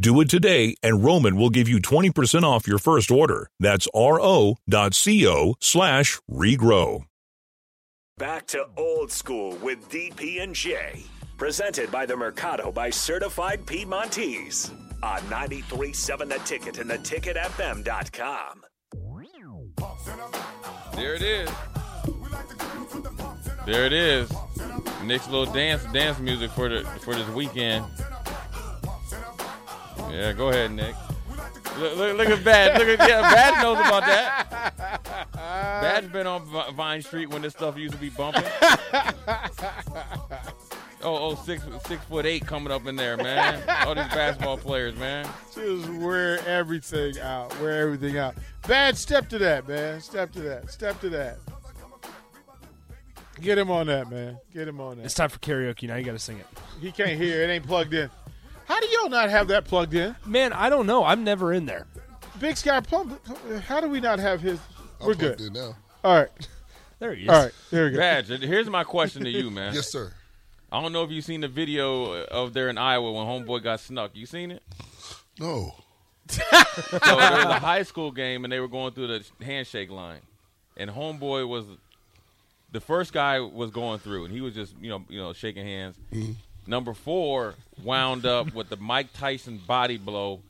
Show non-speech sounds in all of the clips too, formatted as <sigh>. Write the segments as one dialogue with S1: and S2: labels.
S1: Do it today, and Roman will give you 20% off your first order. That's ro.co slash regrow.
S2: Back to old school with DP and J. Presented by the Mercado by Certified Piedmontese. On 93.7 The Ticket and theticketfm.com.
S3: There it is. There it is. Nick's little dance dance music for the for this weekend. Yeah, go ahead, Nick. Look, look, look at Bad. Look at yeah, Bad knows about that. Bad's been on Vi- Vine Street when this stuff used to be bumping. <laughs> Oh, oh, six, six foot eight coming up in there, man. All these basketball players, man.
S4: Just wear everything out. Wear everything out. Bad, step to that, man. Step to that. Step to that. Get him on that, man. Get him on
S5: It's
S4: that.
S5: time for karaoke. Now you got to sing it.
S4: He can't hear. It ain't plugged in. How do y'all not have that plugged in?
S5: Man, I don't know. I'm never in there.
S4: Big Sky Plum. How do we not have his?
S6: I'm
S4: We're
S6: plugged
S4: good.
S6: in now.
S4: All right.
S5: There he is.
S4: All right. There we go.
S3: Bad, here's my question to you, man.
S6: Yes, sir.
S3: I don't know if you seen the video uh, of there in Iowa when Homeboy got snuck. You seen it?
S6: No.
S3: So there was a high school game, and they were going through the handshake line, and homeboy was the first guy was going through, and he was just you know you know shaking hands. Number four wound up with the Mike Tyson body blow,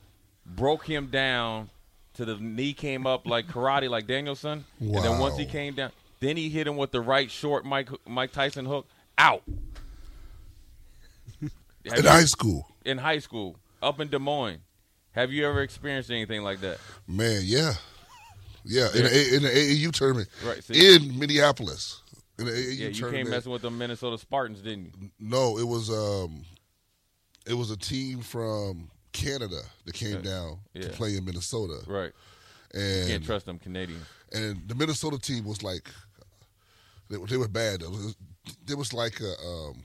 S3: broke him down to the knee came up like karate like Danielson, and then once he
S6: Wow.
S3: came down, then he hit him with the right short Mike Mike Tyson hook out. Have
S6: In
S3: you-
S6: high school.
S3: in high school up in Des Moines. Have you ever experienced anything like that?
S6: Man, yeah. Yeah, in, a, in the AAU tournament
S3: Right, see.
S6: in Minneapolis. In the AAU
S3: Yeah, you
S6: tournament.
S3: came messing with the Minnesota Spartans, didn't you?
S6: No, it was um, it was a team from Canada that came down to
S3: yeah.
S6: play in Minnesota,
S3: Right. Can't
S6: and
S3: trust them Canadians.
S6: and the Minnesota team was like, they, were- they were bad. It was, there was like a um,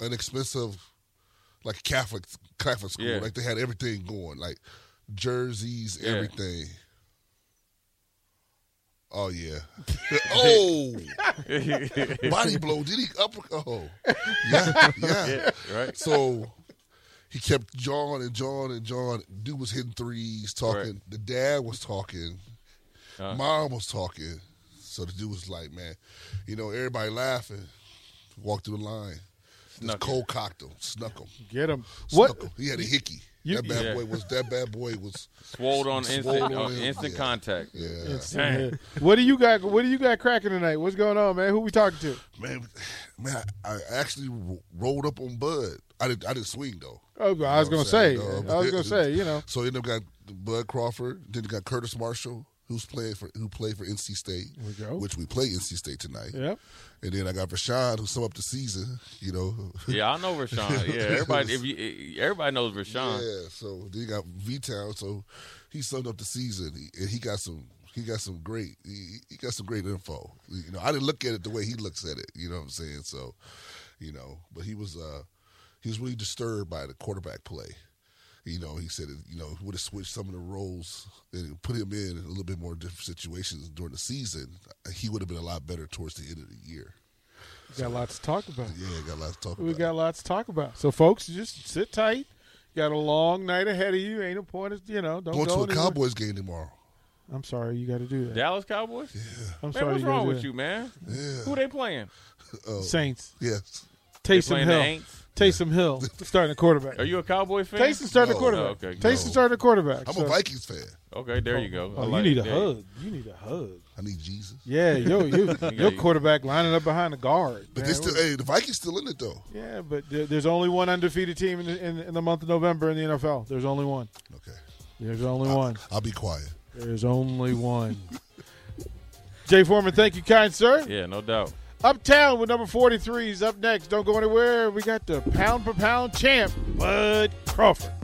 S6: an expensive, like Catholic Catholic school.
S3: Yeah.
S6: Like they had everything going, like jerseys,
S3: Yeah.
S6: everything.
S3: <laughs>
S6: Oh yeah! oh, body blow! Did he upper? Oh,
S3: <laughs>
S6: yeah, yeah.
S3: Right.
S6: So he kept jawing and jawing and jawing. Dude was hitting threes, talking.
S3: Right.
S6: The dad was talking.
S3: Uh.
S6: Mom was talking. So the dude was like, man, you know, everybody laughing. Walked through the line.
S3: Snuck
S6: Just cold cocked him, snuck him.
S4: Get him.
S6: Snuck
S4: What?
S6: him. He had a hickey.
S4: you-
S6: that bad
S3: Yeah.
S6: boy was that bad boy was
S3: Swolled on instant,
S6: Swolled on
S3: on
S6: in-
S3: instant
S6: yeah.
S3: contact.
S6: yeah.
S3: Dang.
S4: What do you got? What do you got cracking tonight? What's going on, man? Who we talking to?
S6: Man, man, I, I actually ro- rolled up on Bud. I didn't I didn't swing though.
S4: Oh, I was
S6: know
S4: gonna
S6: what I'm
S4: say.
S6: saying? No,
S4: I was gonna say. You know.
S6: So end up got Bud Crawford. Then you got Curtis Marshall, who's playing for who played for NC State,
S4: we go.
S6: which we play NC State tonight.
S4: Yep.
S6: And then I got Rashad, who sum up the season. You know. <laughs>
S3: Yeah, I know Rashawn. Yeah, everybody if you, everybody knows Rashawn.
S6: Yeah. So then you got V Town. So he summed up the season, He- and he got some. He got some great. He, he got some great info. You know, I didn't look at it the way he looks at it. You know what I'm saying? So, you know, but he was. uh He was really disturbed by the quarterback play. You know, he said, you know, would have switched some of the roles and put him in a little bit more different situations during the season. He would have been a lot better towards the end of the year.
S4: We got lots to talk about.
S6: Yeah, got a lot to talk
S4: We
S6: about.
S4: got lots to talk about. So, folks, just sit tight. Got a long night ahead of you. Ain't no point. Of, you know, don't
S6: Going
S4: go
S6: to a
S4: anywhere.
S6: Cowboys game tomorrow.
S4: I'm sorry, you got to do that.
S3: Dallas Cowboys?
S4: I'm
S3: Man,
S4: sorry.
S3: what's
S4: you gotta
S3: wrong
S4: do
S3: with
S4: that.
S3: you, man? Who they playing?
S4: Saints?
S6: Yes.
S3: They
S4: Taysom
S3: playing the
S4: Hill.
S3: Aints?
S4: Taysom
S6: <laughs>
S4: Hill starting the quarterback.
S3: Are you a Cowboy fan?
S4: Taysom starting
S6: No.
S4: the quarterback.
S3: Oh, okay.
S4: Taysom starting the quarterback.
S6: I'm
S4: so-
S6: a Vikings fan.
S3: Okay, there you go. I
S4: Oh,
S3: like
S4: you need
S3: it.
S4: a
S3: There you-
S4: hug. You need a hug.
S6: I need Jesus.
S4: Yeah,
S3: <laughs>
S4: yo, you, your quarterback lining up behind the guard.
S6: But
S4: man.
S6: they still, hey, the Vikings still in it though.
S4: yeah, but there, there's only one undefeated team in, in, in the month of November in the NFL. There's only one.
S6: Okay,
S4: There's only one.
S6: I'll be quiet.
S4: There's only one. Jay Foreman, thank you, kind sir.
S3: Yeah, no doubt.
S4: Uptown with number 43 is up next. Don't go anywhere. We got the pound for pound champ, Bud Crawford.